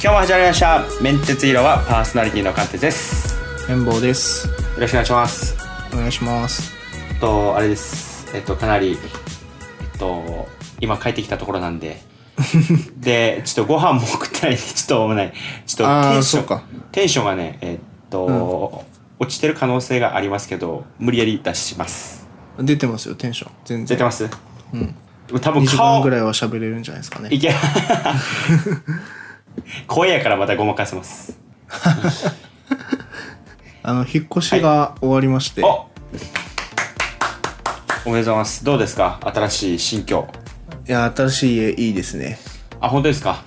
日も始まりましたメンテツイロはパーソナリティの鑑定ですよ変貌ですろしくお願いしますお願いしますえっとあれですえっとかなりえっと今帰ってきたところなんで でちょっとご飯も食ってないんでちょっともうねちょっとあテあンシそョうンかテンションがねえっと、落ちてる可能性がありますけど無理やり出します出てますよテンション全出然てますうん多分2時間顔ぐらいは喋れるんじゃないですかいねけ 声やからまたごまかせますあの引っ越しが終わりまして、おおめでとうございますどうですか新しい新居い、や新しい家いいですねあ本当ですか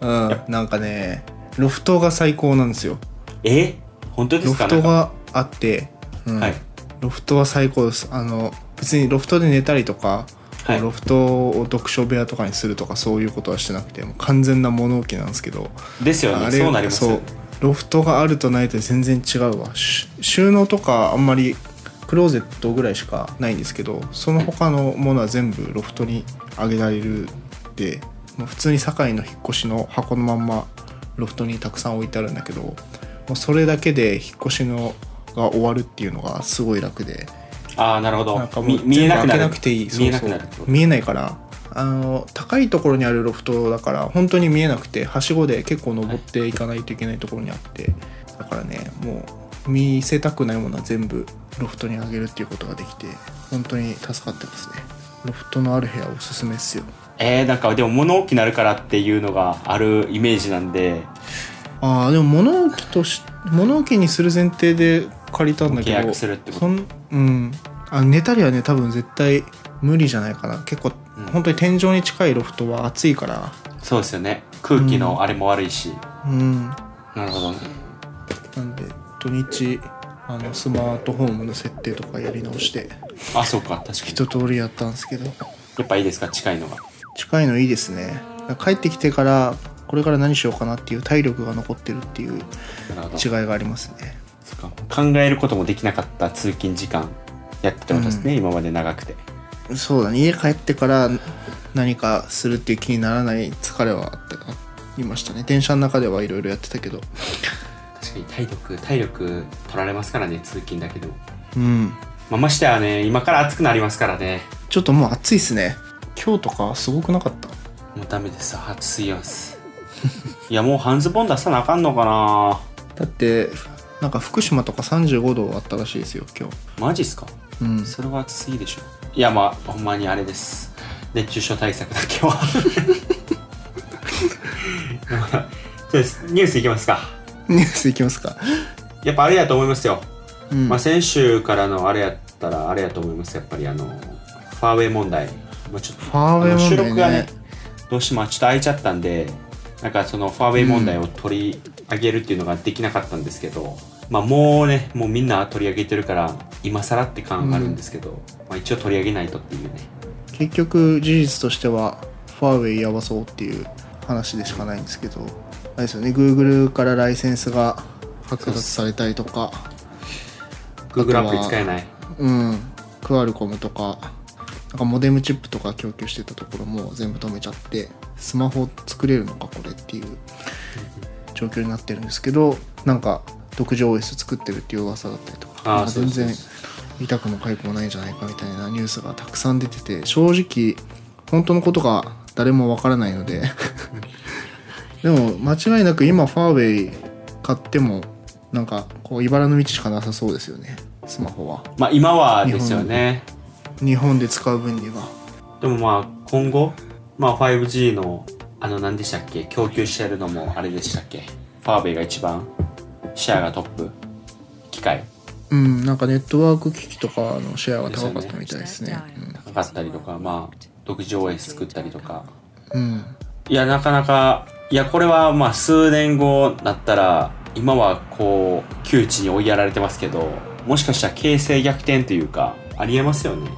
うんなんかねロフトが最高なんですよえ本当でロすかフトなんかがあって、うんはいロフトは最高ですあの別にロフトで寝たりとか、はいロフトを読書部屋とかにするとかそういうことはしてなくてもう完全な物置なんですけどですよあねれそうなりますよそうロフトがあるとないと全然違うわし収納とかあんまりクローゼットぐらいしかないんですけどその他のものは全部ロフトに上げられるでもう普通に堺の引っ越しの箱のまんまロフトにたくさん置いてあるんだけどもうそれだけで引っ越しのが終わるっていうのがすごい楽でああなるほなんかどもうみ見えなくな全部る開けなくていい見えなくなるそうってそこう見えないからあの高いところにあるロフトだから本当に見えなくてはしごで結構登っていかないといけないところにあってだからねもう見せたくないものは全部ロフトにあげるっていうことができて本当に助かってますねロフトのある部屋おすすめっすよとえー、なんかでも物置になるからっていうのがあるイメージなんでああでも物置とし物置にする前提で借りたんだけど契約するってことそんうんあ寝たりはね多分絶対無理じゃないかな結構、うん本当に天井に近いロフトは暑いからそうですよね空気のあれも悪いし、うんなるほどねなんで土日あのスマートフォームの設定とかやり直してあそうか確かに一通りやったんですけどやっぱいいですか近いのが近いのいいですね帰ってきてからこれから何しようかなっていう体力が残ってるっていうなるほど違いがありますねそっか考えることもできなかった通勤時間やってたってことですね、今まで長くてそうだね家帰ってから何かするっていう気にならない疲れはあったありましたね電車の中ではいろいろやってたけど確かに体力体力取られますからね通勤だけど、うんまあ、ましてはね今から暑くなりますからねちょっともう暑いっすね今日とかすごくなかったもうダメです暑すぎます いやもう半ズボン出さなあかんのかなだってなんか福島とか35度あったらしいですよ今日マジっすかうんそれは暑すぎでしょいやまあほんまにあれです熱中症対策だ けはそうですニュースいきますかニュースいきますかやっぱあれやと思いますようんまあ、先週からのあれやったらあれやと思いますやっぱりあのファーウェイ問題もうちょっとファーウェイ問題あねの収録がねどうしてもちょっと空いちゃったんでなんかそのファーウェイ問題を取り上げるっていうのができなかったんですけど、まあもうねもうみんな取り上げてるから今更って感あるんですけど、まあ、一応取り上げないとっていうね結局事実としてはファーウェイやばそうっていう話でしかないんですけどあれですよね Google からライセンスが剥奪されたりとか Google アプリ使えないうんクアルコムとかなんかモデムチップとか供給してたところも全部止めちゃってスマホ作れるのかこれっていう状況になってるんですけどなんか独自 OS 作ってるっていう噂だったりとかあーなんか全そう然そう痛くもかゆくもないんじゃないかみたいなニュースがたくさん出てて正直本当のことが誰もわからない のででも間違いなく今ファーウェイ買ってもなんかこう茨の道しかなさそうですよねスマホは。まあ今はですよね日本で使う分にはでもまあ今後、まあ、5G のあの何でしたっけ供給してるのもあれでしたっけファーウェイが一番シェアがトップ機械うんなんかネットワーク機器とかのシェアが高かったみたいですね高かったりとかまあ独自 OS 作ったりとかうんいやなかなかいやこれはまあ数年後なったら今はこう窮地に追いやられてますけどもしかしたら形勢逆転というかありえますよね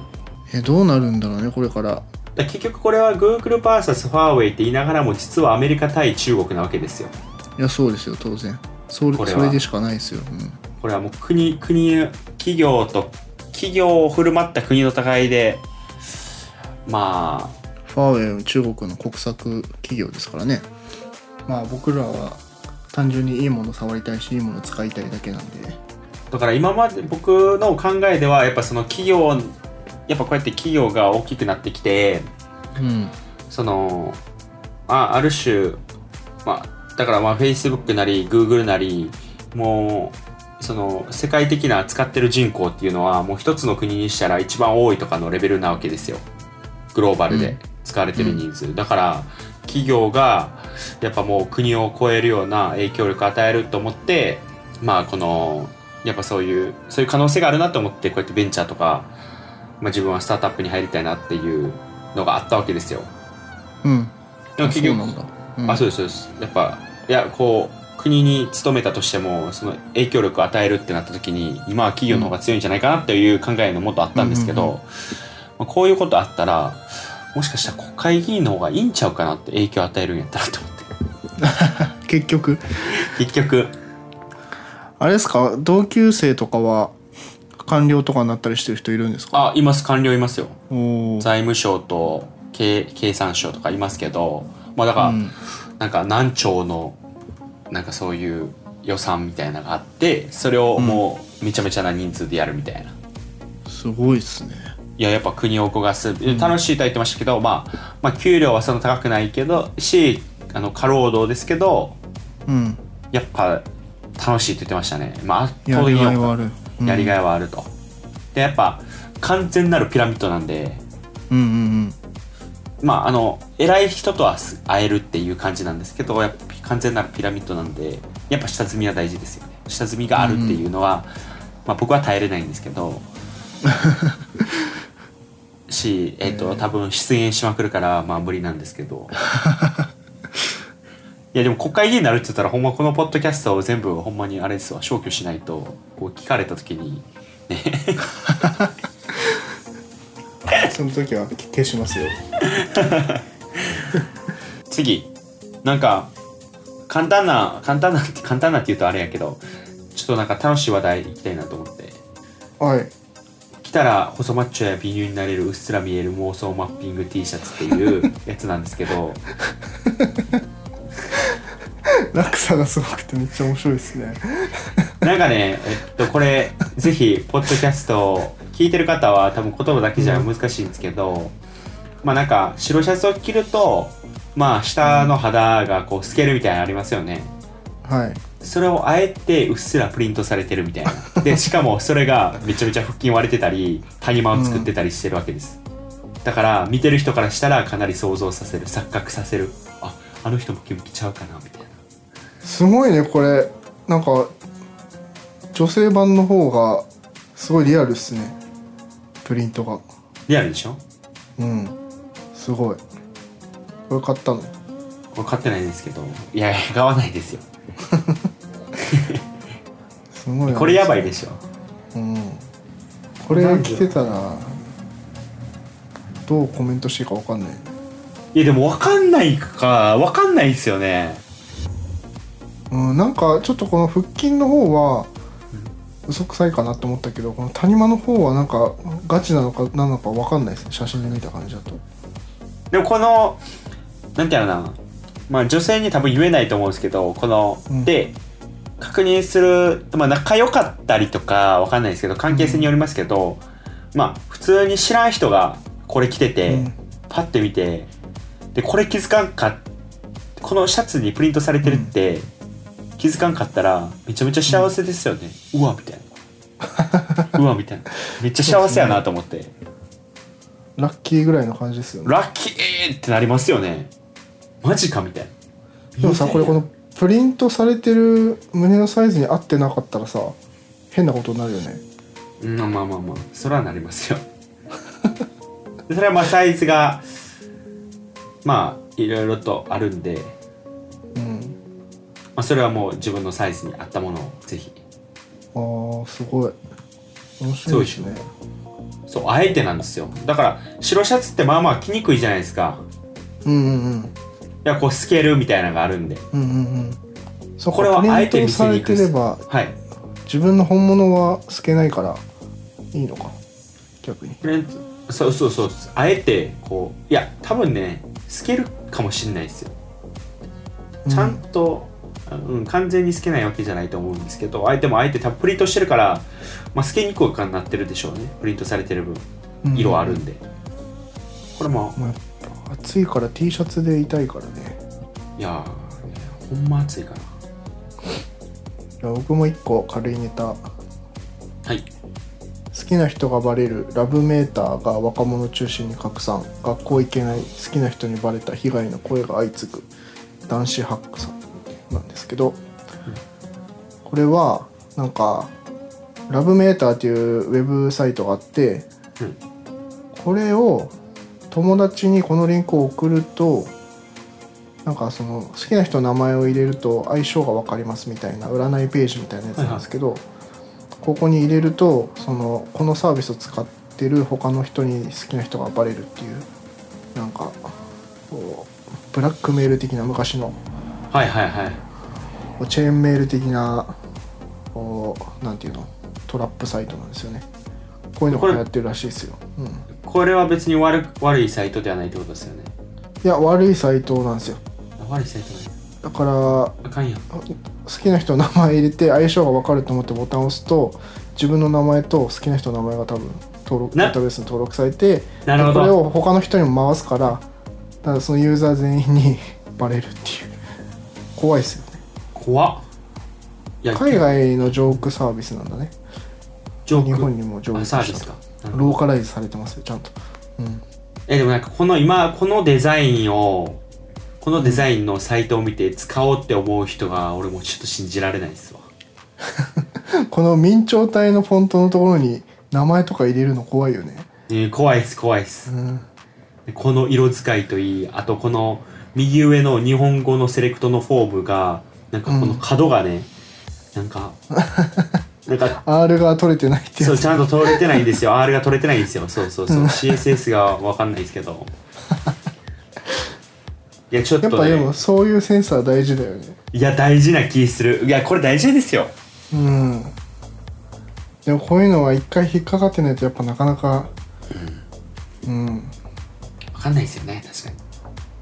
えどうなるんだろうねこれからだから結局これは GoogleVS ファーウェイって言いながらも実はアメリカ対中国なわけですよいやそうですよ当然それこれはそれでしかないですよ、うんこれはもう国国企業と企業を振る舞った国の戦いでまあファーウェイは中国の国策企業ですからねまあ僕らは単純にいいもの触りたいしいいもの使いたいだけなんでだから今まで僕の考えではやっぱその企業やっぱこうやって企業が大きくなってきてうんそのあある種、まあ、だからまあ Facebook なり Google なりもうその世界的な使ってる人口っていうのはもう一つの国にしたら一番多いとかのレベルなわけですよグローバルうでん使われてる人数、だから企業がやっぱもう国を超えるような影響力を与えると思ってまあこのやっぱそういうそういう可能性があるなと思ってこうやってベンチャーとか、まあ、自分はスタートアップに入りたいなっていうのがあったわけですよ。うんでもあ結局そうなんだ、うんあそうですそうですやっぱいやこう国に勤めたとしてもその影響力を与えるってなった時に今は企業の方が強いんじゃないかなっていう考えのもとあったんですけど、うんうんうまあ、こういうことあったらもしかしたら国会議員の方がいいんちゃうかなって影響を与えるんやったらと思って 結局結局あれですか同級生とかは官僚とかになったりしてる人いるんですかあいます官僚いますよおー財務省と経経産省とかいますけどまあだから、うんなんか何兆のなんかそういう予算みたいなのがあってそれをもうめちゃめちゃな人数でやるみたいな。すごいっすねいややっぱ国を動かす楽しいとは言ってましたけど、まあ、まあ給料はそんな高くないけどしあの過労働ですけどうんやっぱ楽しいって言ってましたね、まあ、圧や倒的にりがいはある、うんやりがいはあると、でやっぱ完全なるピラミッドなんでうんうんまああの偉い人とはす会えるっていう感じなんですけどやっぱ完全なるピラミッドなんでやっぱ下積みは大事ですよね下積みがあるっていうのは、まあ、僕は耐えれないんですけどし、えっと多分出演しまくるからまあ無理なんですけどいやでも国会議員になるって言ったらほんまこのポッドキャストを全部ほんまにあれですわ消去しないとこう聞かれた時にうんその時は消しますよ次なんか簡単な簡単なって簡単なって言うとあれやけどちょっとなんか楽しい話題いきたいなと思ってはい来たら細マッチョや美乳になれるうっすら見える妄想マッピング T シャツっていうやつなんですけど 落差がすごくてめっちゃ面白いですねなんかねえっとこれぜひポッドキャストを聞いてる方は多分言葉だけじゃ難しいんですけど、まあなんか白シャツを着るとまあ下の肌がこう透けるみたいなのありますよね、はいそれをあえてうっすらプリントされてるみたいなでしかもそれがめちゃめちゃ腹筋割れてたり谷間を作ってたりしてるわけです、だから見てる人からしたらかなり想像させる錯覚させるああの人もキムキちゃうかなみたいなすごいねこれなんか女性版の方がすごいリアルっすねプリントがリアルでしょうんすごいこれ買ったのこれ買ってないんですけどいや買わないですよすごいなこれやばいでしょうんこれ着てたらどうコメントしていいかわかんないいやでも分かんないか分かんないですよねうんなんかちょっとこの腹筋の方は嘘くさいかなと思ったけどこの谷間の方はなんかガチなのか何なのかわかんないですね写真で見た感じだとでもこのなんていうのかなまあ女性に多分言えないと思うんですけどこの、うんで確認する、まあ、仲良かったりとかわかんないですけど関係性によりますけど、まあ普通に知らん人がこれ着てて、うんパッて見てでこれ気づかんかこのシャツにプリントされてるって、気づかんかったらめちゃめちゃ幸せですよね、うわみたいなうわみたいなめっちゃ幸せやなと思って、ラッキーぐらいの感じですよねラッキーってなりますよねマジかみたいなでもさこれこのプリントされてる胸のサイズに合ってなかったらさ変なことになるよねうんまあまあまあそれはなりますよ それはまあサイズがまあいろいろとあるんで、うんまあ、それはもう自分のサイズに合ったものをぜひあーすごい面白いですねそうあえてなんですよだから白シャツってまあまあ着にくいじゃないですかうんうんうんいやこう透けるみたいなのがあるんでうんうんうんそうこれはプリントあえて見せに行くんさですれてればはい自分の本物は透けないからいいのか逆にプレンそうそうそうあえてこういや多分ね透けるかもしんないですよちゃんとうん、完全に透けないわけじゃないと思うんですけどあえてもあえてたっぷりとしてるから、まあ、透けにくくなってるでしょうねプリントされてる分うん色あるんで、これもまあやっぱ暑いから T シャツで痛いからねいやーほんま暑いからいや僕も一個軽いネタはい好きな人がバレるラブメーターが若者中心に拡散学校行けない好きな人にバレた被害の声が相次ぐ男子ハックさんなんですけどこれはなんかラブメーターっていうウェブサイトがあってうんこれを友達にこのリンクを送るとなんかその好きな人の名前を入れると相性が分かりますみたいな占いページみたいなやつなんですけど、ここに入れるとそのこのサービスを使ってる他の人に好きな人がバレるっていうなんかこうブラックメール的な昔のはいはいはいこうチェーンメール的なこうなんていうのトラップサイトなんですよねこういうのが流行ってるらしいですよ、うん、いこれは別に悪く悪いサイトではないってことですよねや悪いサイトなんですよあ悪いサイトねだからあかんやん好きな人の名前入れて相性が分かると思ってボタンを押すと自分の名前と好きな人の名前が多分登録デなータベースに登録されてなるほどでこれを他の人にも回すからだからそのユーザー全員に バレるっていう怖いですよね怖っいや海外のジョークサービスなんだねジョーク日本にもジョーあクサーしビスたかなとるほどローカライズされてますよちゃんと、うん、えでもなんかこの今このデザインをこのデザインのサイトを見て使おうって思う人が俺もちょっと信じられないですわこの明朝体のフォントのところに名前とか入れるの怖いよねえー怖いっす怖いっすうんこの色使いといいあとこの右上の日本語のセレクトのフォームがなんかこの角がね、なん かなんか R が取れてないってそやうつちゃんと取れてないんですよ R が取れてないんですよそうそうそう CSS がわかんないですけ どいやちょっやっと、ぱね、でもそういうセンサー大事だよねいや大事な気するいやこれ大事ですようんでもこういうのは一回引っかかってないとやっぱなかなかうんわかんないですよね確か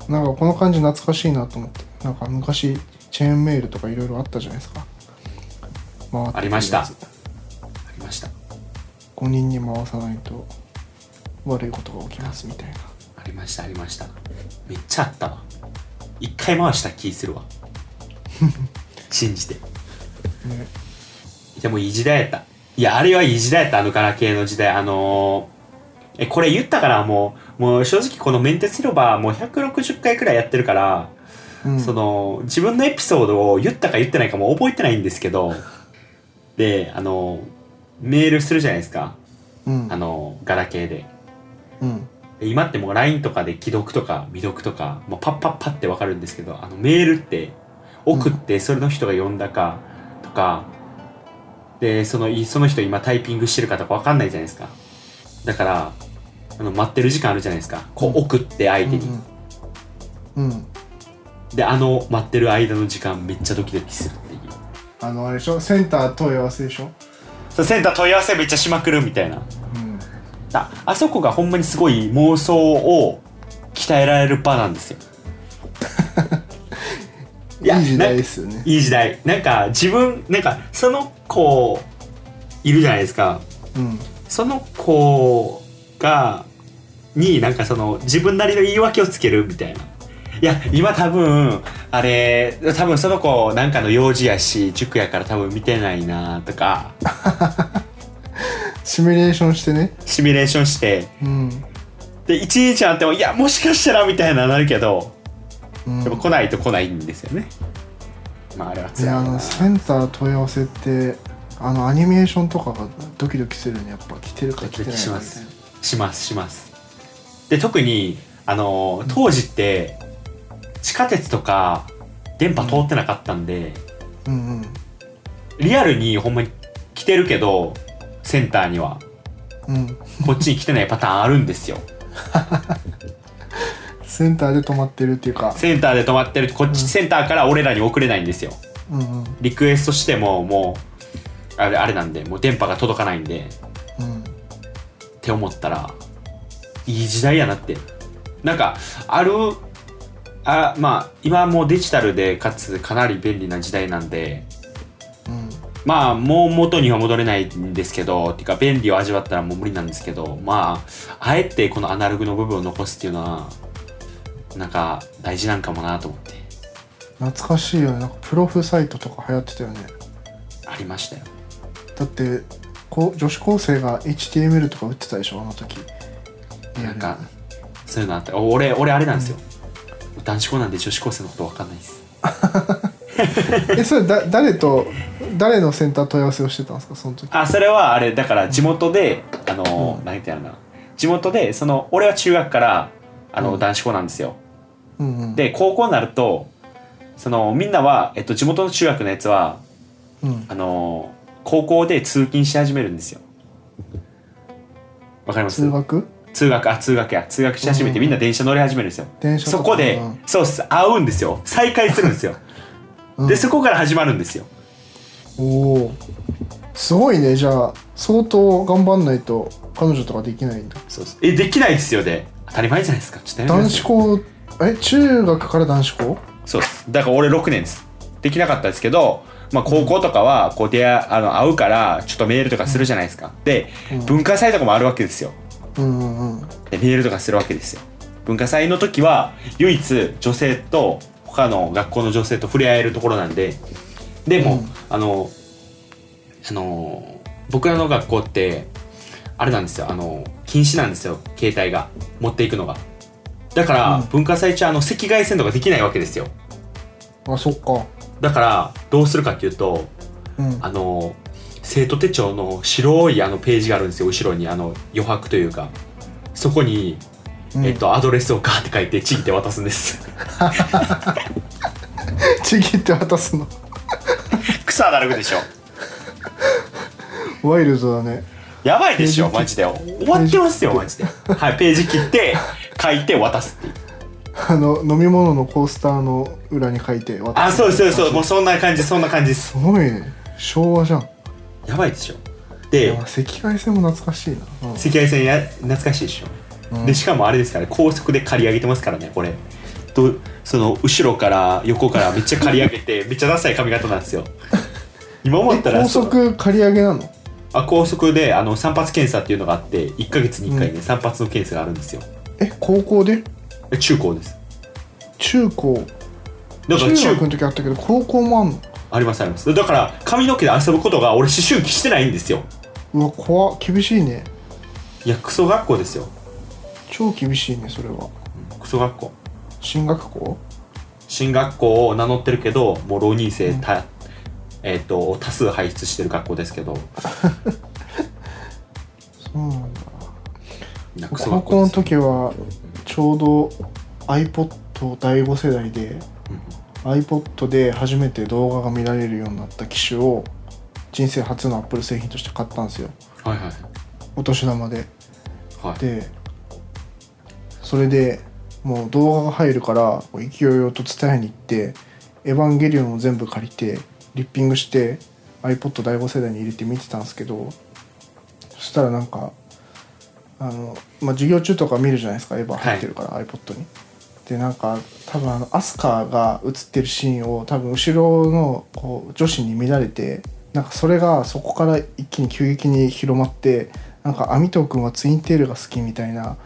になんかこの感じ懐かしいなと思ってなんか昔チェーンメールとかいろいろあったじゃないですか回ってくるやつありましたありました5人に回さないと悪いことが起きますみたいなありましたありましためっちゃあったわ一回回した気する わ信じてねでもいい時代やったいやあれはいい時代やったあのガラケーの時代あのーえこれ言ったからもうもう正直このメンテス広場もう160回くらいやってるから、うんその自分のエピソードを言ったか言ってないかも覚えてないんですけ どであのーメールするじゃないですかうんあのーガラケーでうん今ってもう LINE とかで既読とか未読とか、もうパッパッパってわかるんですけどあのメールって送ってそれの人が読んだかとか、でそのいその人今タイピングしてるかとかわかんないじゃないですかだからあの待ってる時間あるじゃないですかこう送って相手に、うんうんであの待ってる間の時間めっちゃドキドキするっていうあのあれでしょセンター問い合わせでしょそうセンター問い合わせめっちゃしまくるみたいなうんああそこがほんまにすごい妄想を鍛えられる場なんですよいやいい時代なですよねいい時代なんか自分なんかその子いるじゃないですかうんその子がになんかその自分なりの言い訳をつけるみたいないや今多分あれ多分その子なんかの用事やし塾やから多分見てないなとかシミュレーションしてねシミュレーションしてうんで1日あってもいやもしかしたらみたいななるけどうんでも来ないと来ないんですよね。まああれはい辛いやなあのセンター問い合わせってあのアニメーションとかがドキドキするねやっぱ来てるかド来キてドなキいかしまみすたいな。しますします。で特にあの当時って地下鉄とか電波通ってなかったんで、うんうんリアルにほんまに来てるけどセンターにはうんこっちに来てないパ ターンあるんですよ。センターで止まってるっていうかセンターで止まってるこっちセンターから俺らに送れないんですよ。うんうんリクエストしてももうあれあれなんでもう電波が届かないんで。うんって思ったらいい時代やなってなんかあるあまあ今はもうデジタルでかつかなり便利な時代なんでうんまあもう元には戻れないんですけどていうか便利を味わったらもう無理なんですけどまああえてこのアナログの部分を残すっていうのはなんか大事なんかもなと思って懐かしいよねなんかプロフサイトとか流行ってたよねありましたよだってこう女子高生が HTML とか打ってたでしょあの時なんかそういうのあったお俺俺あれなんですよ、男子校なんで女子高生のこと分かんないですえそれだ誰と誰のセンター問い合わせをしてたんですかその時あそれはあれだから地元であの、何て言うのかな地元でその俺は中学からあの、うん男子校なんですようんうんで高校になるとそのみんなは、えっと、地元の中学のやつはうんあの高校で通勤し始めるんですよわかります通学通学あ通学や通学し始めてうんみんな電車乗り始めるんですよ、電車とかそこで、うんそうっす会うんですよ再会するんですよ、うんでそこから始まるんですよおおすごいねじゃあ相当頑張んないと彼女とかできないんだそうっすえできないですよで当たり前じゃないですかちょっとやめてくだ男さい子校え中学から男子校そうですだから俺6年ですできなかったですけど、まあ、高校とかはこう出会あの会うからちょっとメールとかするじゃないですかでうん文化祭とかもあるわけですようんうんうんでメールとかするわけですよ文化祭の時は唯一女性と他の学校の女性と触れ合えるところなんででも、うんあのあの僕らの学校ってあれなんですよあの禁止なんですよ携帯が持っていくのがだから、うん文化祭中あの赤外線とかできないわけですよあそっかだからどうするかっていうとうんあの生徒手帳の白いあのページがあるんですよ後ろにあの余白というかそこに、うん えっと、アドレスをガーって書いてちぎって渡すんですちぎって渡すの草だらくでしょワイルドだねやばいでしょマジで終わってますよマジではいページ切って書いて渡すっていうあの飲み物のコースターの裏に書いて渡あすそうそうそうもうそんな感じそんな感じですすごいね昭和じゃんやばいでしょいでや赤外線も懐かしいな、うん赤外線や懐かしいでしょうんでしかもあれですからね高速で刈り上げてますからねこれとその後ろから横からめっちゃ刈り上げ てめっちゃダサい髪型なんですよ今思ったら高その速借り上げなのあ高速であの散髪検査っていうのがあって1ヶ月に1回ね、散髪の検査があるんですよえ高校でえ中高です中高だから中中学の時あったけど高校もあんのありますありますだから髪の毛で遊ぶことが俺思春期してないんですようわ怖っ厳しいねいやクソ学校ですよ超厳しいねそれはクソ学校進学校進学校を名乗ってるけどもう浪人生た、えっと多数輩出してる学校ですけどそうなんだいやクソ高学校校でのすよ時はちょうど iPod 第5世代でうん iPod で初めて動画が見られるようになった機種を人生初の Apple 製品として買ったんですよはいはいお年玉ではいでそれでもう動画が入るから勢いよと伝えに行って「エヴァンゲリオン」を全部借りてリッピングして iPod 第5世代に入れて見てたんですけどそしたらなんかあの、まあ、授業中とか見るじゃないですかエヴァ入ってるから、iPod に。でなんか多分あのアスカが映ってるシーンを多分後ろのこう女子に見られてなんかそれがそこから一気に急激に広まってなんか網戸君はツインテールが好きみたいな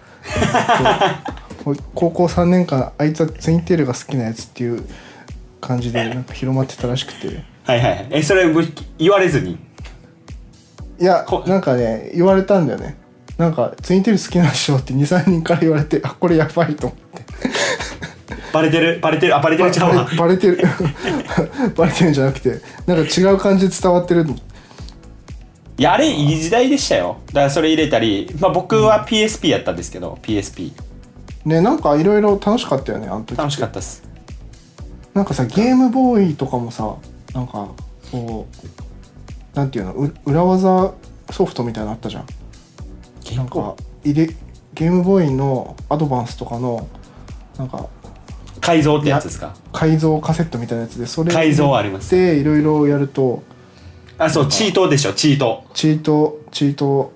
こう高校3年間あいつはツインテールが好きなやつっていう感じでなんか広まってたらしくてはいはい。え、それぶ言われずに。いやこなんかね言われたんだよねなんかツインテール好きなんでしょって23人から言われてあこれやばいと思って。バレてるバレてるあ、バレてバるちゃうわ バレ。バレてるバレてるんじゃなくてなんか違う感じで伝わってるいや、あれ、いい時代でしたよ。だからそれ入れたり、まあ僕は PSP やったんですけど、PSP。ねなんかいろいろ楽しかったよねあの時楽しかったっす。なんかさゲームボーイとかもさなんかこうなんていうのう裏技ソフトみたいなのあったじゃんなんか入れゲームボーイのアドバンスとかのなんか改造ってやつですか改造カセットみたいなやつでそれ改造はありますでいろいろやるとあ、そう、チートでしょ、チート。チートチート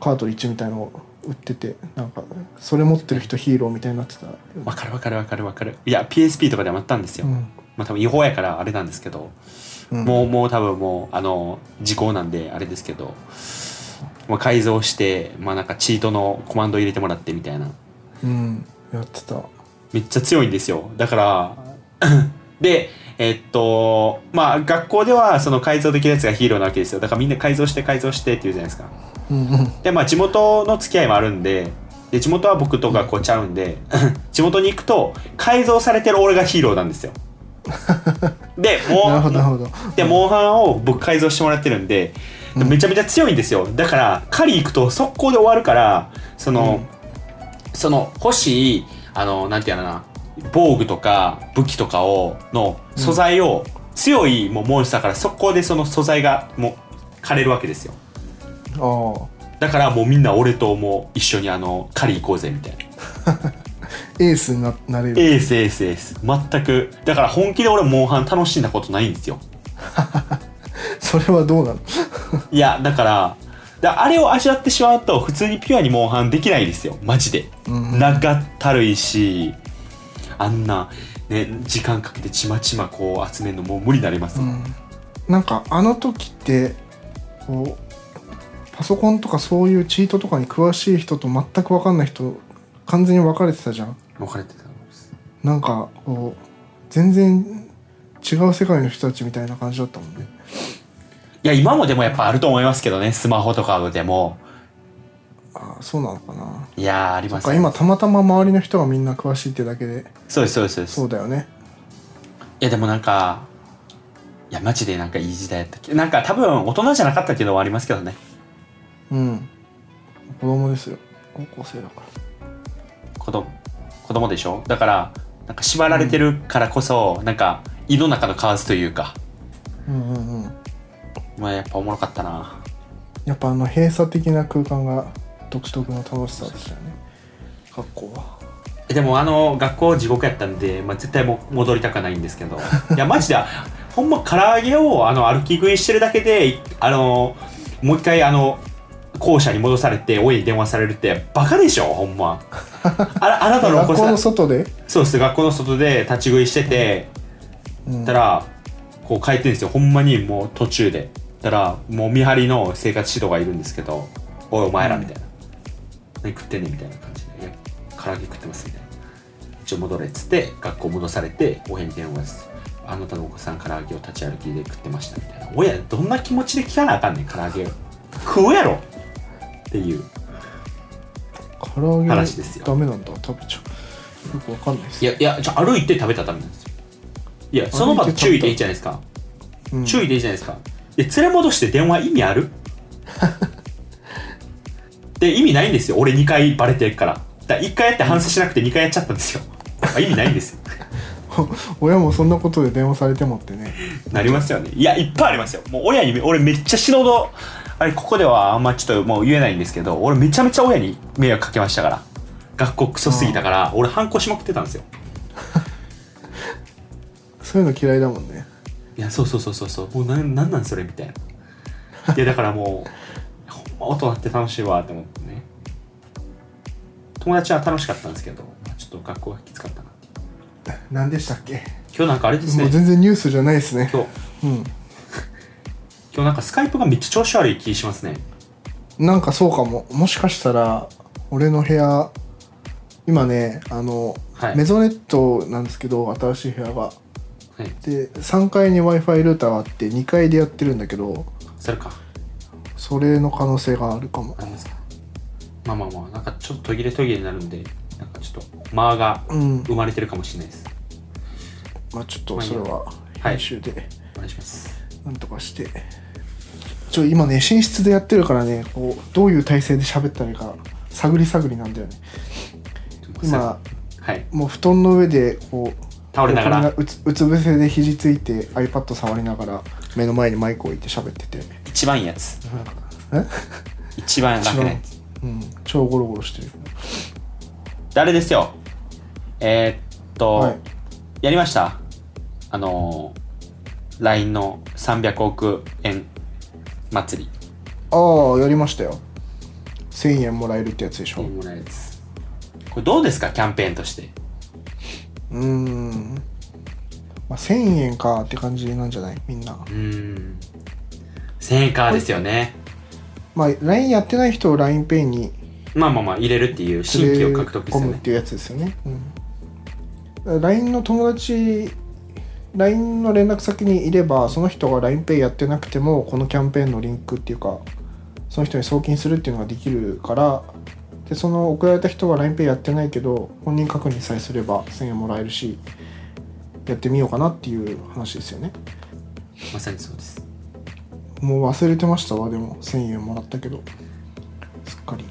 カートリッジみたいのを売っててなんかそれ持ってる人ヒーローみたいになってた、わかるわかるわかるわかるいや PSP とかでもあったんですよ、うんまあ多分違法やからあれなんですけど、うんもうもう多分もうあの時効なんであれですけど、まあ、改造してまあなんかチートのコマンド入れてもらってみたいなうんやってためっちゃ強いんですよだから でえっとまあ学校ではその改造できるやつがヒーローなわけですよだからみんな改造して改造してって言うじゃないですかうんうんでまあ地元の付き合いもあるんでで地元は僕と学校ちゃうんで 地元に行くと改造されてる俺がヒーローなんですよでもう なるほどなるほどでモンハンを僕改造してもらってるんででめちゃめちゃ強いんですよだから狩り行くと速攻で終わるからその、その欲しいあのなんていうのかな防具とか武器とかをの素材を、強いもうモンスターから速攻でその素材がもう枯れるわけですよああだからもうみんな俺ともう一緒にあの狩り行こうぜみたいなエースにななれるエースエースエース全くだから本気で俺モンハン楽しんだことないんですよそれはどうなのいやだからだあれを味わってしまうと普通にピュアにモンハンできないですよマジで、うん長ったるいしあんな、ね、時間かけてちまちまこう集めるのもう無理になります、うんなんかあの時ってこうパソコンとかそういうチートとかに詳しい人と全く分かんない人完全に分かれてたじゃん別れてたのなんかこう全然違う世界の人たちみたいな感じだったもんねいや今もでもやっぱあると思いますけどねスマホとかでもああそうなのかないやーありなんますか今たまたま周りの人がみんな詳しいってだけでそうですそうですそうですそうだよねいやでもなんかいやマジでなんかいい時代やったっけなんか多分大人じゃなかったっていうのはありますけどねうん子供ですよ高校生だから子供子供でしょだからなんか縛られてるからこそ、なんか胃の中の蛙というかうんうんうんまあやっぱおもろかったなやっぱあの閉鎖的な空間が独特の楽しさでしたよね学校はえでもあの学校地獄やったんで、まあ、絶対もう戻りたくはないんですけどいやマジでほんま唐揚げをあの歩き食いしてるだけであのもう一回あの校舎に戻されて親に電話されるってバカでしょほんまあらあなたのお子学校さんの外で、そうです学校の外で立ち食いしてて、うんたらこう帰ってんですよほんまにもう途中でたらもう見張りの生活指導がいるんですけど「おいお前ら」みたいな「何食ってんねん」みたいな感じで「いや唐揚げ食ってます」みたいな「一応戻れ」っつって学校戻されて親に電話です「あなたのお子さん唐揚げを立ち歩きで食ってました」みたいな「親どんな気持ちで聞かなあかんねん唐揚げを食うやろ!」っていう唐揚げダメ話ですよなんだ食べちゃうよくわかんないですいやいやじゃあ歩いて食べたらダメなんですよいやその場で注意でいいじゃないですかうん注意でいいじゃないですか。で、連れ戻して電話意味あ るで、意味ないんですよ。俺2回バレてるから。だ1回やって反省しなくて2回やっちゃったんですよ。まあ意味ないんですよ。 親もそんなことで電話されてもってねなりますよね。いや、いっぱいありますよ。もう親に、俺めっちゃ死ぬほど、あれ、ここではあんまちょっともう言えないんですけど、俺めちゃめちゃ親に迷惑かけましたから。学校クソすぎたから、俺反抗しまくってたんですよ。そういうの嫌いだもんねいやそうそうそうそうそうもうなんなんなんそれみたいないやだからもう ほんま大人って楽しいわって思ってね友達は楽しかったんですけど、まあ、ちょっと学校がきつかったなっていう何でしたっけ今日なんかあれですもねう全然ニュースじゃないですね今日うん今日なんかスカイプがめっちゃ調子悪い気しますねなんかそうかももしかしたら俺の部屋今ねあの、はいメゾネットなんですけど新しい部屋がはいで3階に w i f i ルーターがあって2階でやってるんだけどそれかそれの可能性があるかもありますかまあまあまあなんかちょっと途切れ途切れになるんでなんかちょっと間がうん生まれてるかもしれないです、まあちょっとそれははい編集でお願いしますなんとかしてちょ今ね寝室でやってるからねこうどういう体勢で喋ったらいいか探り探りなんだよね今はいもう布団の上でこう倒れながらうつうつ伏せで肘ついて iPad 触りながら目の前にマイク置いて喋ってて一番いいやつえ一番楽なやつうん超ゴロゴロしてる誰ですよえーっと、はいやりましたあのー LINE の300億円祭りああやりましたよ1000円もらえるってやつでしょもらえるやつこれどうですかキャンペーンとしてうーん、まあ、1000円かって感じなんじゃないみんなうーん1000円かですよねまあ LINE やってない人を LINEPay にまあまあまあ入れるっていう新規を獲得ですよ連れ込むっねていうやつですよね、うん、LINE の友達 LINE の連絡先にいればその人が LINEPay やってなくてもこのキャンペーンのリンクっていうかその人に送金するっていうのができるからでその送られた人は LINEPay やってないけど本人確認さえすれば1000円もらえるしやってみようかなっていう話ですよねまさにそうですもう忘れてましたわでも1000円もらったけどすっかり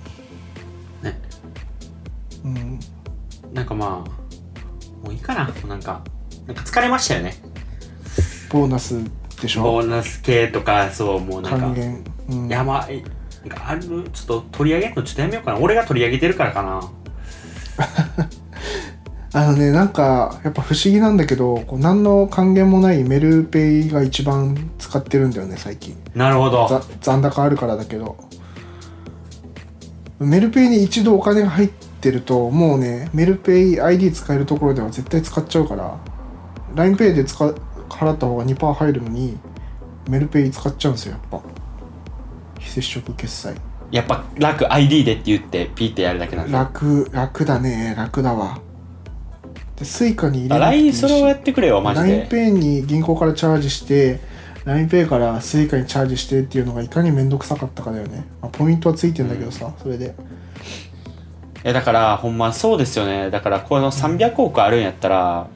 ねうんなんかまあもういいかなもうなんかなんか疲れましたよねボーナスでしょボーナス系とかそうもうなん還か元うんやばいなんかあるちょっと取り上げるのちょっとやめようかな俺が取り上げてるからかなあのねなんかやっぱ不思議なんだけどこう何の還元もないメルペイが一番使ってるんだよね最近なるほどざ残高あるからだけどメルペイに一度お金が入ってるともうねメルペイ ID 使えるところでは絶対使っちゃうから LINEPay で使払った方が2%入るのにメルペイ使っちゃうんですよやっぱ非接触決済やっぱ楽 ID でって言ってピーってやるだけなんだ楽楽だね楽だわで Suica に入れなくていい LINE しそれをやってくれよマジ l で i n e イに銀行からチャージして l i n e イから Suica にチャージしてっていうのがいかに面倒くさかったかだよね、まあ、ポイントはついてんだけどさ、それでえだからほんまそうですよねだからこの300億あるんやったら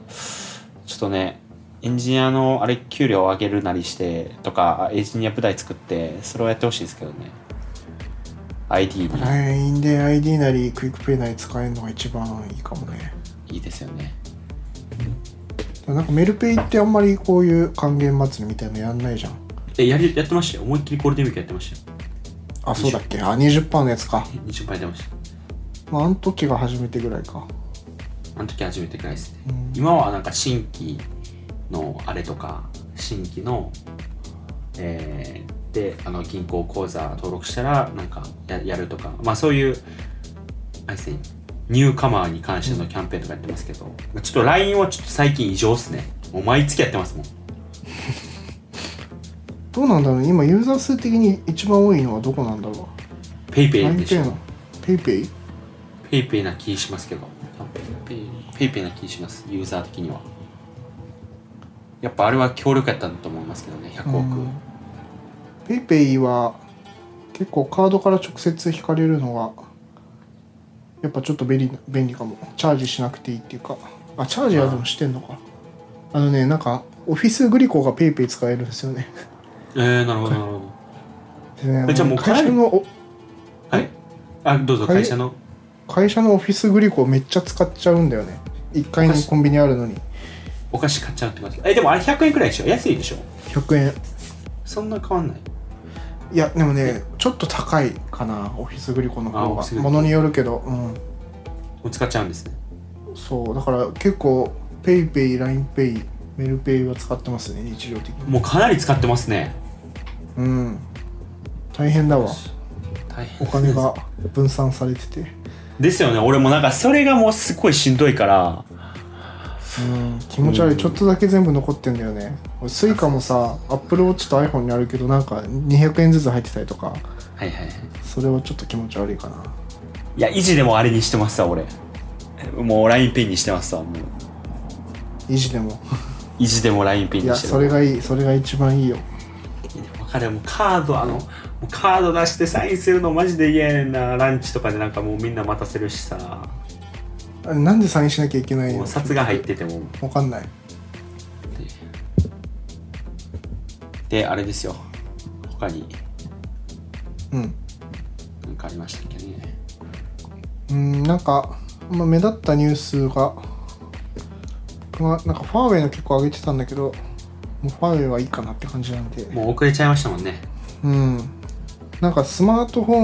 ちょっとねエンジニアのあれ給料を上げるなりしてとかエンジニア部隊作ってそれをやってほしいですけどね ID に LINE で ID なりクイックペイなり使えるのが一番いいかもねいいですよねなんかメルペイってあんまりこういう還元祭りみたいなのやんないじゃんえやりやってましたよ思いっきりゴールデンウィークやってましたよあそうだっけあ20%のやつか、 20倍やってましたまあ、あの時が初めてぐらいかあの時初めてくらいですね、今はなんか新規のあれとか新規のえーであの銀行口座登録したらなんかややるとかまあそういうあれですねニューカマーに関してのキャンペーンとかやってますけど、ちょっと LINE はちょっと最近異常っすねもう毎月やってますもんどうなんだろうね今ユーザー数的に一番多いのはどこなんだろペイうペイ LINE でし Pay ょのペイペイペイペイな気しますけどペイペイペイな気しますユーザー的にはやっぱあれは強力やったんだと思いますけどね100億、ペイペイは結構カードから直接引かれるのがやっぱちょっと便利便利かもチャージしなくていいっていうかあチャージはでもしてんのかあのねなんかオフィスグリコがペイペイ使えるんですよねえー、なるほどなるほどでねえじゃあもう会社のおはい。あ、どうぞはい会社の。会社のオフィスグリコめっちゃ使っちゃうんだよね1階にコンビニあるのにお菓子買っちゃうってことえ、でもあれ100円くらいでしょ安いでしょ100円そんな変わんない。いやでもねちょっと高いかなオフィスグリコのあオ方フィがスグリコものによるけどうんもう使っちゃうんですね。そうだから結構 PayPay、LINEPay、メルペイは使ってますね日常的にもうかなり使ってますね。うん大変だわ大変お金が分散されてて ですよね。俺もなんかそれがもうすごいしんどいから。うん気持ち悪いちょっとだけ全部残ってんだよね俺 Suica もさ AppleWatch と iPhone にあるけどなんか200円ずつ入ってたりとかはいはいはい。それはちょっと気持ち悪いかないや、維持でもあれにしてますわ、俺。もう LINEPay にしてますわ、もう。維持でも維持でも LINEPay にいやしてそれがいいそれが一番いいよわかるもうカードあのもうカード出してサインするのマジで嫌やねんなランチとかでなんかもうみんな待たせるしさあれなんでサインしなきゃいけないものう札が入っててもわかんないであれですよ他にうん何かありましたっけねうんなんか、まあ、目立ったニュースが、まあ、なんかファーウェイの結構上げてたんだけどもうファーウェイはいいかなって感じなんでもう遅れちゃいましたもんねうんなんかスマートフォー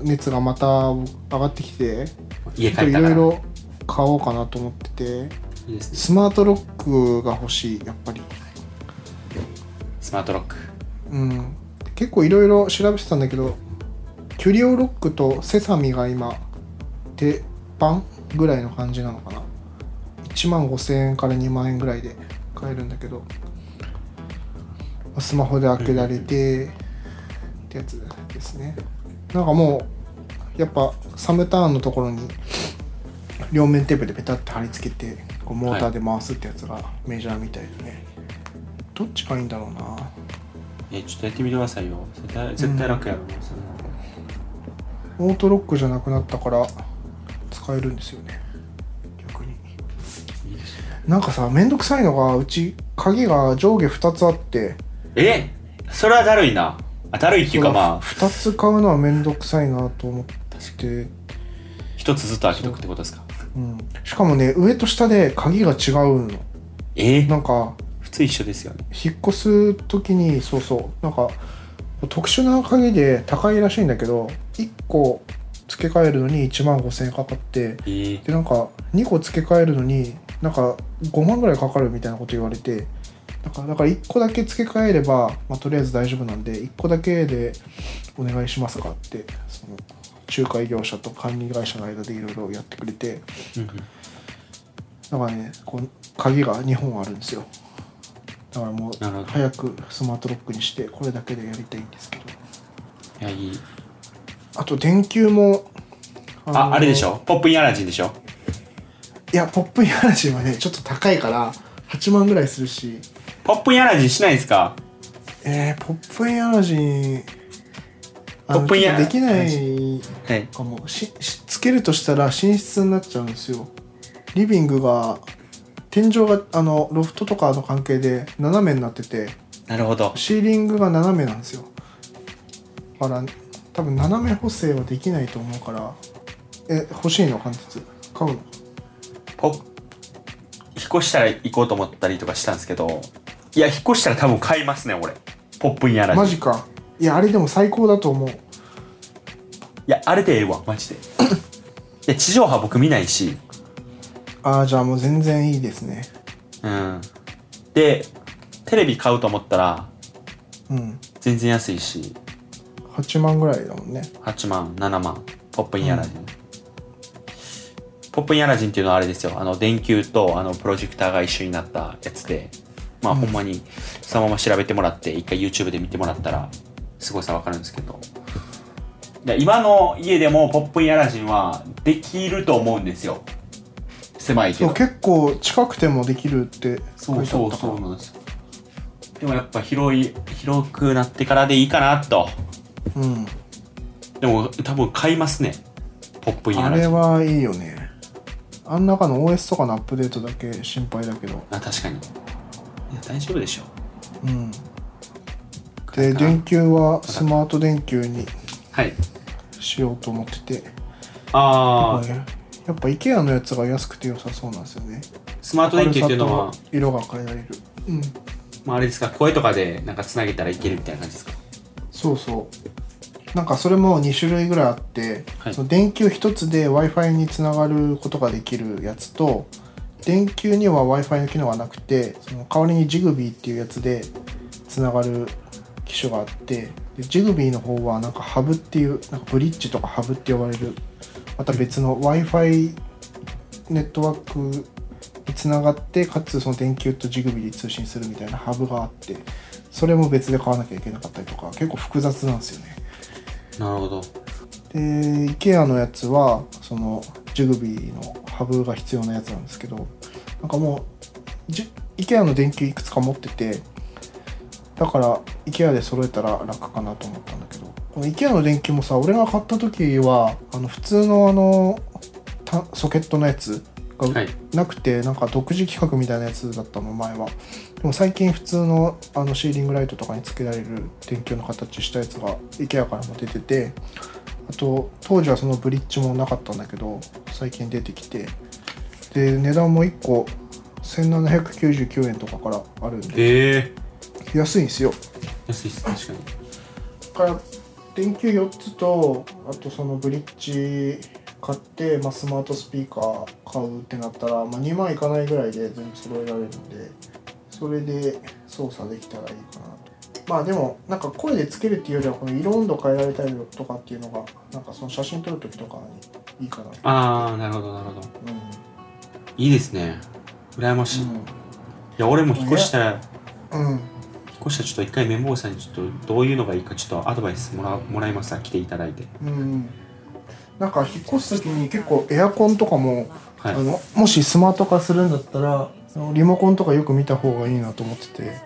ム熱がまた上がってきて家ちょ帰っとっいたからろいろ買おうかなと思ってていいですねスマートロックが欲しいやっぱりスマートロックうん結構いろいろ調べてたんだけどキュリオロックとセサミが今鉄板ぐらいの感じなのかな1万5000円から2万円ぐらいで買えるんだけどスマホで開けられてってやつですねなんかもうやっぱサムターンのところに両面テープでペタッて貼り付けてこうモーターで回すってやつがメジャーみたいでね、どっちがいいんだろうなえちょっとやってみてくださいよ絶対絶対楽やろうな、それオートロックじゃなくなったから使えるんですよね逆にいいですよなんかさめんどくさいのがうち鍵が上下2つあってえそれはだるいなあだるいっていうかまあ2つ買うのはめんどくさいなと思って、一つずつ開けとくってことですかうん、しかもね上と下で鍵が違うのえなんか普通一緒ですよね引っ越す時にそうそうなんか特殊な鍵で高いらしいんだけど1個付け替えるのに1万5000円かかってえー、でなんか2個付け替えるのになんか5万ぐらいかかるみたいなこと言われてだからだから1個だけ付け替えれば、まあ、とりあえず大丈夫なんで1個だけでお願いしますかってその仲介業者と管理会社の間でいろいろやってくれてうんうんだからねこう鍵が2本あるんですよだからもうなるほど早くスマートロックにしてこれだけでやりたいんですけどいやいいあと電球もああのあれでしょポップインアラジンでしょいやポップインアラジンはねちょっと高いから8万ぐらいするしポップインアラジンしないんですかえー、ポップインアラジンあのポップインアラジンちょっとできないはいかもししつけるとしたら寝室になっちゃうんですよリビングが天井があのロフトとかの関係で斜めになっててなるほどシーリングが斜めなんですよだから多分斜め補正はできないと思うからえ欲しいの関節買うのポッ引っ越したら行こうと思ったりとかしたんですけどいや引っ越したら多分買いますね俺ポップインアラジンマジかいやあれでも最高だと思ういやあれでええわマジでいや地上波僕見ないしああじゃあもう全然いいですねうんでテレビ買うと思ったらうん全然安いし8万ぐらいだもんね8万7万ポップインアラジン、ポップインアラジンっていうのはあれですよあの電球とあのプロジェクターが一緒になったやつでまあ、ほんまにそのまま調べてもらって一回 YouTube で見てもらったらすごさわかるんですけどで今の家でもポップインアラジンはできると思うんですよ狭いけそどう結構近くてもできるってそ書ういてあそっうたかそうらなんですよでもやっぱ広い広くなってからでいいかなとうんでも多分買いますねポップインアあラジれンはいいよねあん中の OS とかのアップデートだけ心配だけどあ確かにいや大丈夫でしょうんで電球はスマート電球にはいしようと思っててああやっぱ IKEA のやつが安くて良さそうなんですよねスマート電球っていうのは明るさと色が変えられるうんまああれですか声とかでなんかつなげたらいけるみたいな感じですかそうそうなんかそれも2種類ぐらいあって、はいその電球1つで w i f i につながることができるやつと電球には w i f i の機能がなくてその代わりに Zigbee っていうやつでつながる機種があってで Zigbee の方はなんかハブっていうなんかブリッジとかハブって呼ばれるまた別の w i f i ネットワークにつながってかつその電球と Zigbee で通信するみたいなハブがあってそれも別で買わなきゃいけなかったりとか結構複雑なんですよねなるほどで IKEA のやつはその Zigbee のハブが必要なやつなんですけどなんかもうじ IKEA の電球いくつか持っててだから IKEA で揃えたら楽かなと思ったんだけどこの IKEA の電球もさ俺が買った時はあの普通のあのたソケットのやつがはいなくてなんか独自規格みたいなやつだったの前はでも最近普通のあのシーリングライトとかにつけられる電球の形したやつが IKEA からも出ててあと当時はそのブリッジもなかったんだけど最近出てきてで値段も1個1799円とかからあるんでへえ安いんですよ安いっす確かにから電球4つとあとそのブリッジ買って、まあ、スマートスピーカー買うってなったら、まあ、2万いかないぐらいで全部揃えられるんでそれで操作できたらいいかなとまあでもなんか声でつけるっていうよりはこの色温度変えられたりとかっていうのがなんかその写真撮る時とかにいいかなと、ああなるほどなるほどうんいいですね羨ましい、いや俺も引っ越したら引っうんうん、越したらちょっと一回綿棒さんにちょっとどういうのがいいかちょっとアドバイスもらもらいますさ来ていただいてうん、なんか引っ越す時に結構エアコンとかも、はいあのもしスマート化するんだったらあのリモコンとかよく見た方がいいなと思ってて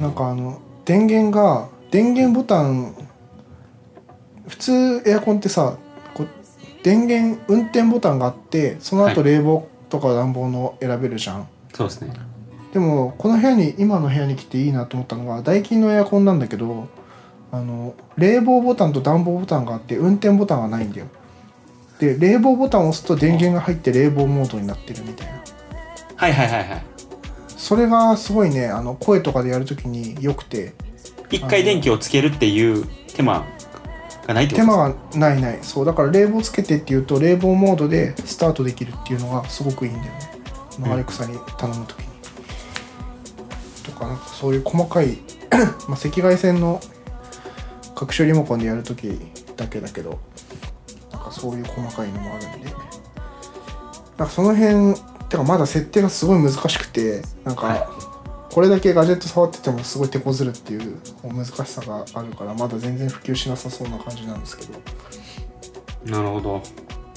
なんかあの電源が電源ボタン普通エアコンってさこう電源運転ボタンがあってその後は冷房とか暖房の選べるじゃん、そうですねでもこの部屋に今の部屋に来ていいなと思ったのがダイキンのエアコンなんだけどあの冷房ボタンと暖房ボタンがあって運転ボタンがないんだよで冷房ボタンを押すと電源が入って冷房モードになってるみたいなはいはいはいはいそれがすごいねあの声とかでやるときによくて一回電気をつけるっていう手間がないってことです手間かがないないそうだから冷房つけてっていうと冷房モードでスタートできるっていうのがすごくいいんだよねあのうんアレクサに頼む時に、とかなんかそういう細かい まあ赤外線の各種リモコンでやる時だけだけどなんかそういう細かいのもあるんでなんかその辺てかまだ設定がすごい難しくてなんか、はいこれだけガジェット触っててもすごい手こずるっていう難しさがあるからまだ全然普及しなさそうな感じなんですけどなるほど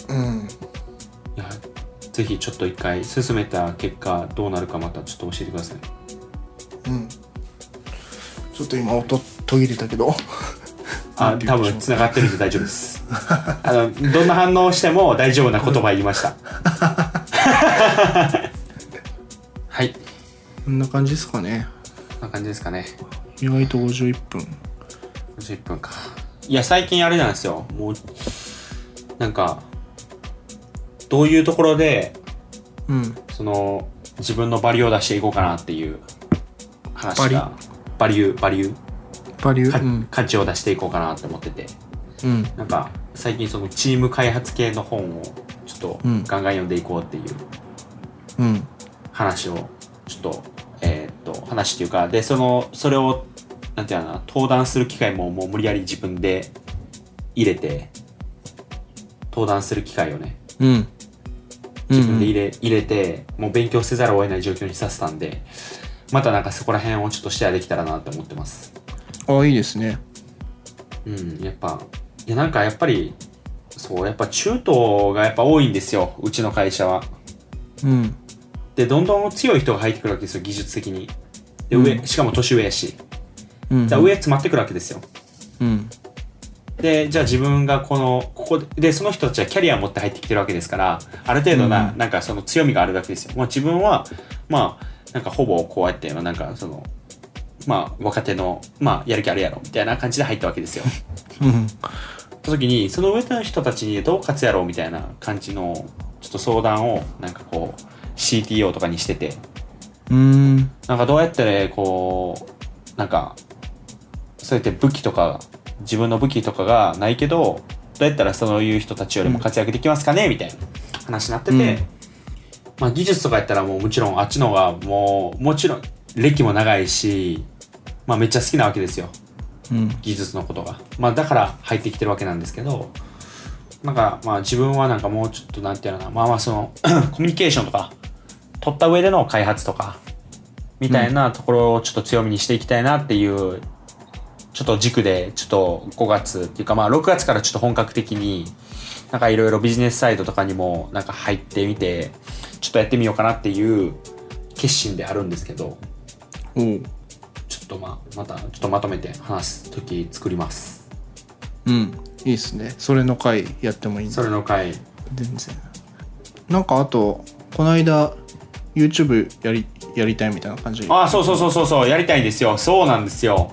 うんいやぜひちょっと一回進めた結果どうなるかまたちょっと教えてくださいうんちょっと今音途切れたけどあ多分つながってるんで大丈夫ですあのどんな反応をしても大丈夫な言葉言いましたはいこんな感じですかねこんな感じですかね意外と51分50分かいや最近あれなんですよもうなんかどういうところでうんその自分のバリューを出していこうかなっていう話がバリューバリューバリュかーうん価値を出していこうかなって思っててうんなんか最近そのチーム開発系の本をちょっとうんガンガン読んでいこうっていううん話をちょっとえーっと話っていうかでそのそれをなんていうのかな登壇する機会ももう無理やり自分で入れて登壇する機会をねうん自分で入れ,、入れてもう勉強せざるを得ない状況にさせたんでまたなんかそこら辺をちょっとシェアできたらなって思ってますあいいですねうんやっぱいやなんかやっぱりそうやっぱ中東がやっぱ多いんですようちの会社はうんでどんどん強い人が入ってくるわけですよ技術的にで上、うしかも年上やしうんじゃあ上詰まってくるわけですようんでじゃあ自分がこのここででその人たちはキャリア持って入ってきてるわけですからある程度な,、うんなんかその強みがあるわけですよ、まあ、自分はまあなんかほぼこうやってなんかそのまあ若手のまあやる気あるやろみたいな感じで入ったわけ ですようんった時にその上の人たちにどう勝つやろうみたいな感じのちょっと相談をなんかこう CTO とかにしててうんなんかどうやってねこうなんかそうやって武器とか自分の武器とかがないけどどうやったらそういう人たちよりも活躍できますかね、みたいな話になってて、うんまあ、技術とかやったらもうもちろんあっちの方がもうもちろん歴も長いし、まあ、めっちゃ好きなわけですようん技術のことが、まあ、だから入ってきてるわけなんですけどなんかまあ自分はなんかもうちょっとなんていうのかなまあまあその コミュニケーションとか取った上での開発とかみたいなところをちょっと強みにしていきたいなっていうちょっと軸でちょっと5月っていうかまあ6月からちょっと本格的になんかいろいろビジネスサイトとかにもなんか入ってみてちょっとやってみようかなっていう決心であるんですけどおうちょっとまあまたちょっとまとめて話す時作ります。うんいいですねそれの回やってもいいんそれの回全然なんかあとこの間 YouTube やりやりたいみたいな感じああそうそうそうそうそうやりたいんですよそうなんですよ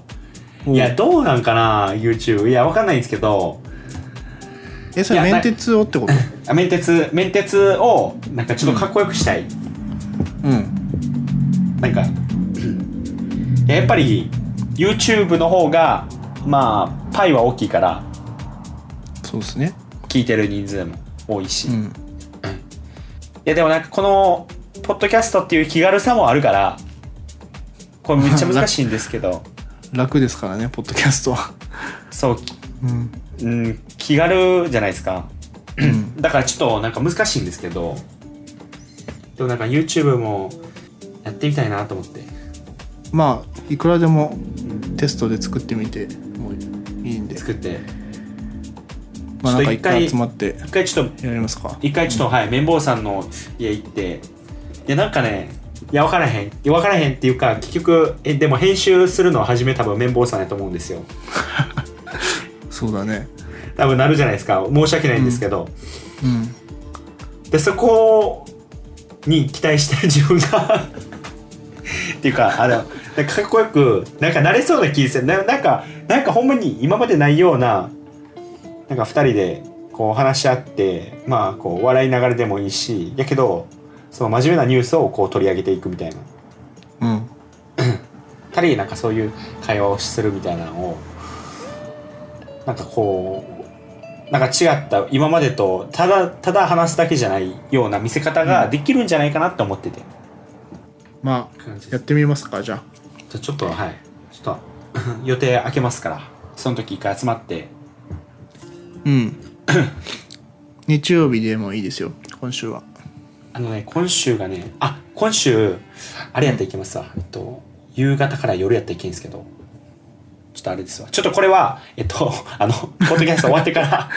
いやどうなんかな YouTube いやわかんないんですけどえそれいやメンテツをってことあメンテツメンテツをなんかちょっとかっこよくしたい、うんなんかうんいややっぱり YouTube の方がまあパイは大きいからそうですね聞いてる人数も多いし、ういんやでもなんかこの ポッドキャストっていう気軽さもあるからこれめっちゃ難しいんですけど楽ですからねポッドキャストはそう、うんうん、気軽じゃないですかうんだからちょっとなんか難しいんですけどでもなんか YouTube もやってみたいなと思ってまあいくらでもテストで作ってみてもいいんで作ってまあなんか一ちょっと一回回集まって一回ちょっとやりますか一回ちょっと、はい綿棒さんの家行ってでなんかねいや分からへんいや分からへんっていうか結局えでも編集するのは初め多分綿棒さんやと思うんですよそうだね多分なるじゃないですか申し訳ないんですけど、うんでそこに期待してる自分が っていうかあのなんかかっこよくなんか慣れそうな気がするななんかなんかほんまに今までないようななんか2人でこう話し合ってまあこう笑いながらでもいいしやけどその真面目なニュースをこう取り上げていくみたいなうんたりなんかそういう会話をするみたいなのをなんかこうなんか違った今までとただただ話すだけじゃないような見せ方ができるんじゃないかなって思ってて、まあ感じやってみますかじゃあじゃあちょっとはいちょっと予定開けますからその時一回集まってうん 日曜日でもいいですよ今週はあのね今週がねあ今週あれやったらいけますわ、えっと夕方から夜やったらいけんですけどちょっとあれですわちょっとこれはえっと あのポッドキャスト終わってから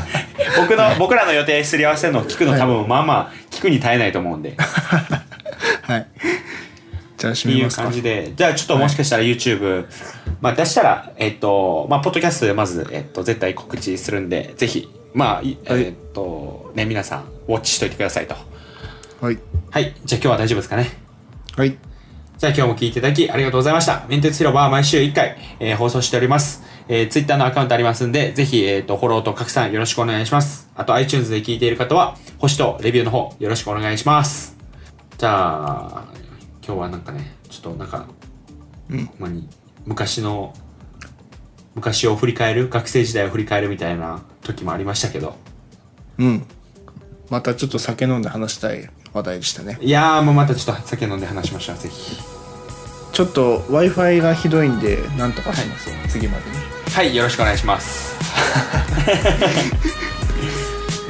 僕の僕らの予定すり合わせるの聞くの多分まあまあ聞くに耐えないと思うんでっはいじゃあて閉めいまうすか感じでじゃあちょっともしかしたら YouTube、まあ出したらえっとまあポッドキャストでまず、えっと、絶対告知するんでぜひまあ、いはいえっとね皆さんウォッチしといてくださいとはいはいじゃあ今日は大丈夫ですかねはいじゃあ今日も聞いていただきありがとうございました。メンテツ広場は毎週1回、えー放送しております。えー、Twitter のアカウントありますんで、ぜひ、えー、とフォローと拡散よろしくお願いします。あと iTunes で聞いている方は、星とレビューの方よろしくお願いします。じゃあ、今日はなんかね、ちょっとなんか、うんほんまに昔の、昔を振り返る、学生時代を振り返るみたいな時もありましたけど、うんまたちょっと酒飲んで話したい話題でしたねいやーもうまたちょっと酒飲んで話しましょう、ぜひ。ちょっと w i f i がひどいんでなんとかしますよ、次までにはい、よろしくお願いします。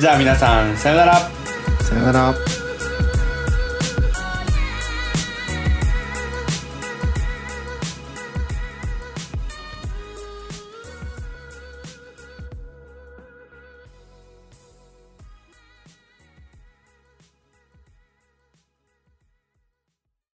じゃあ皆さん、さよなら。さよなら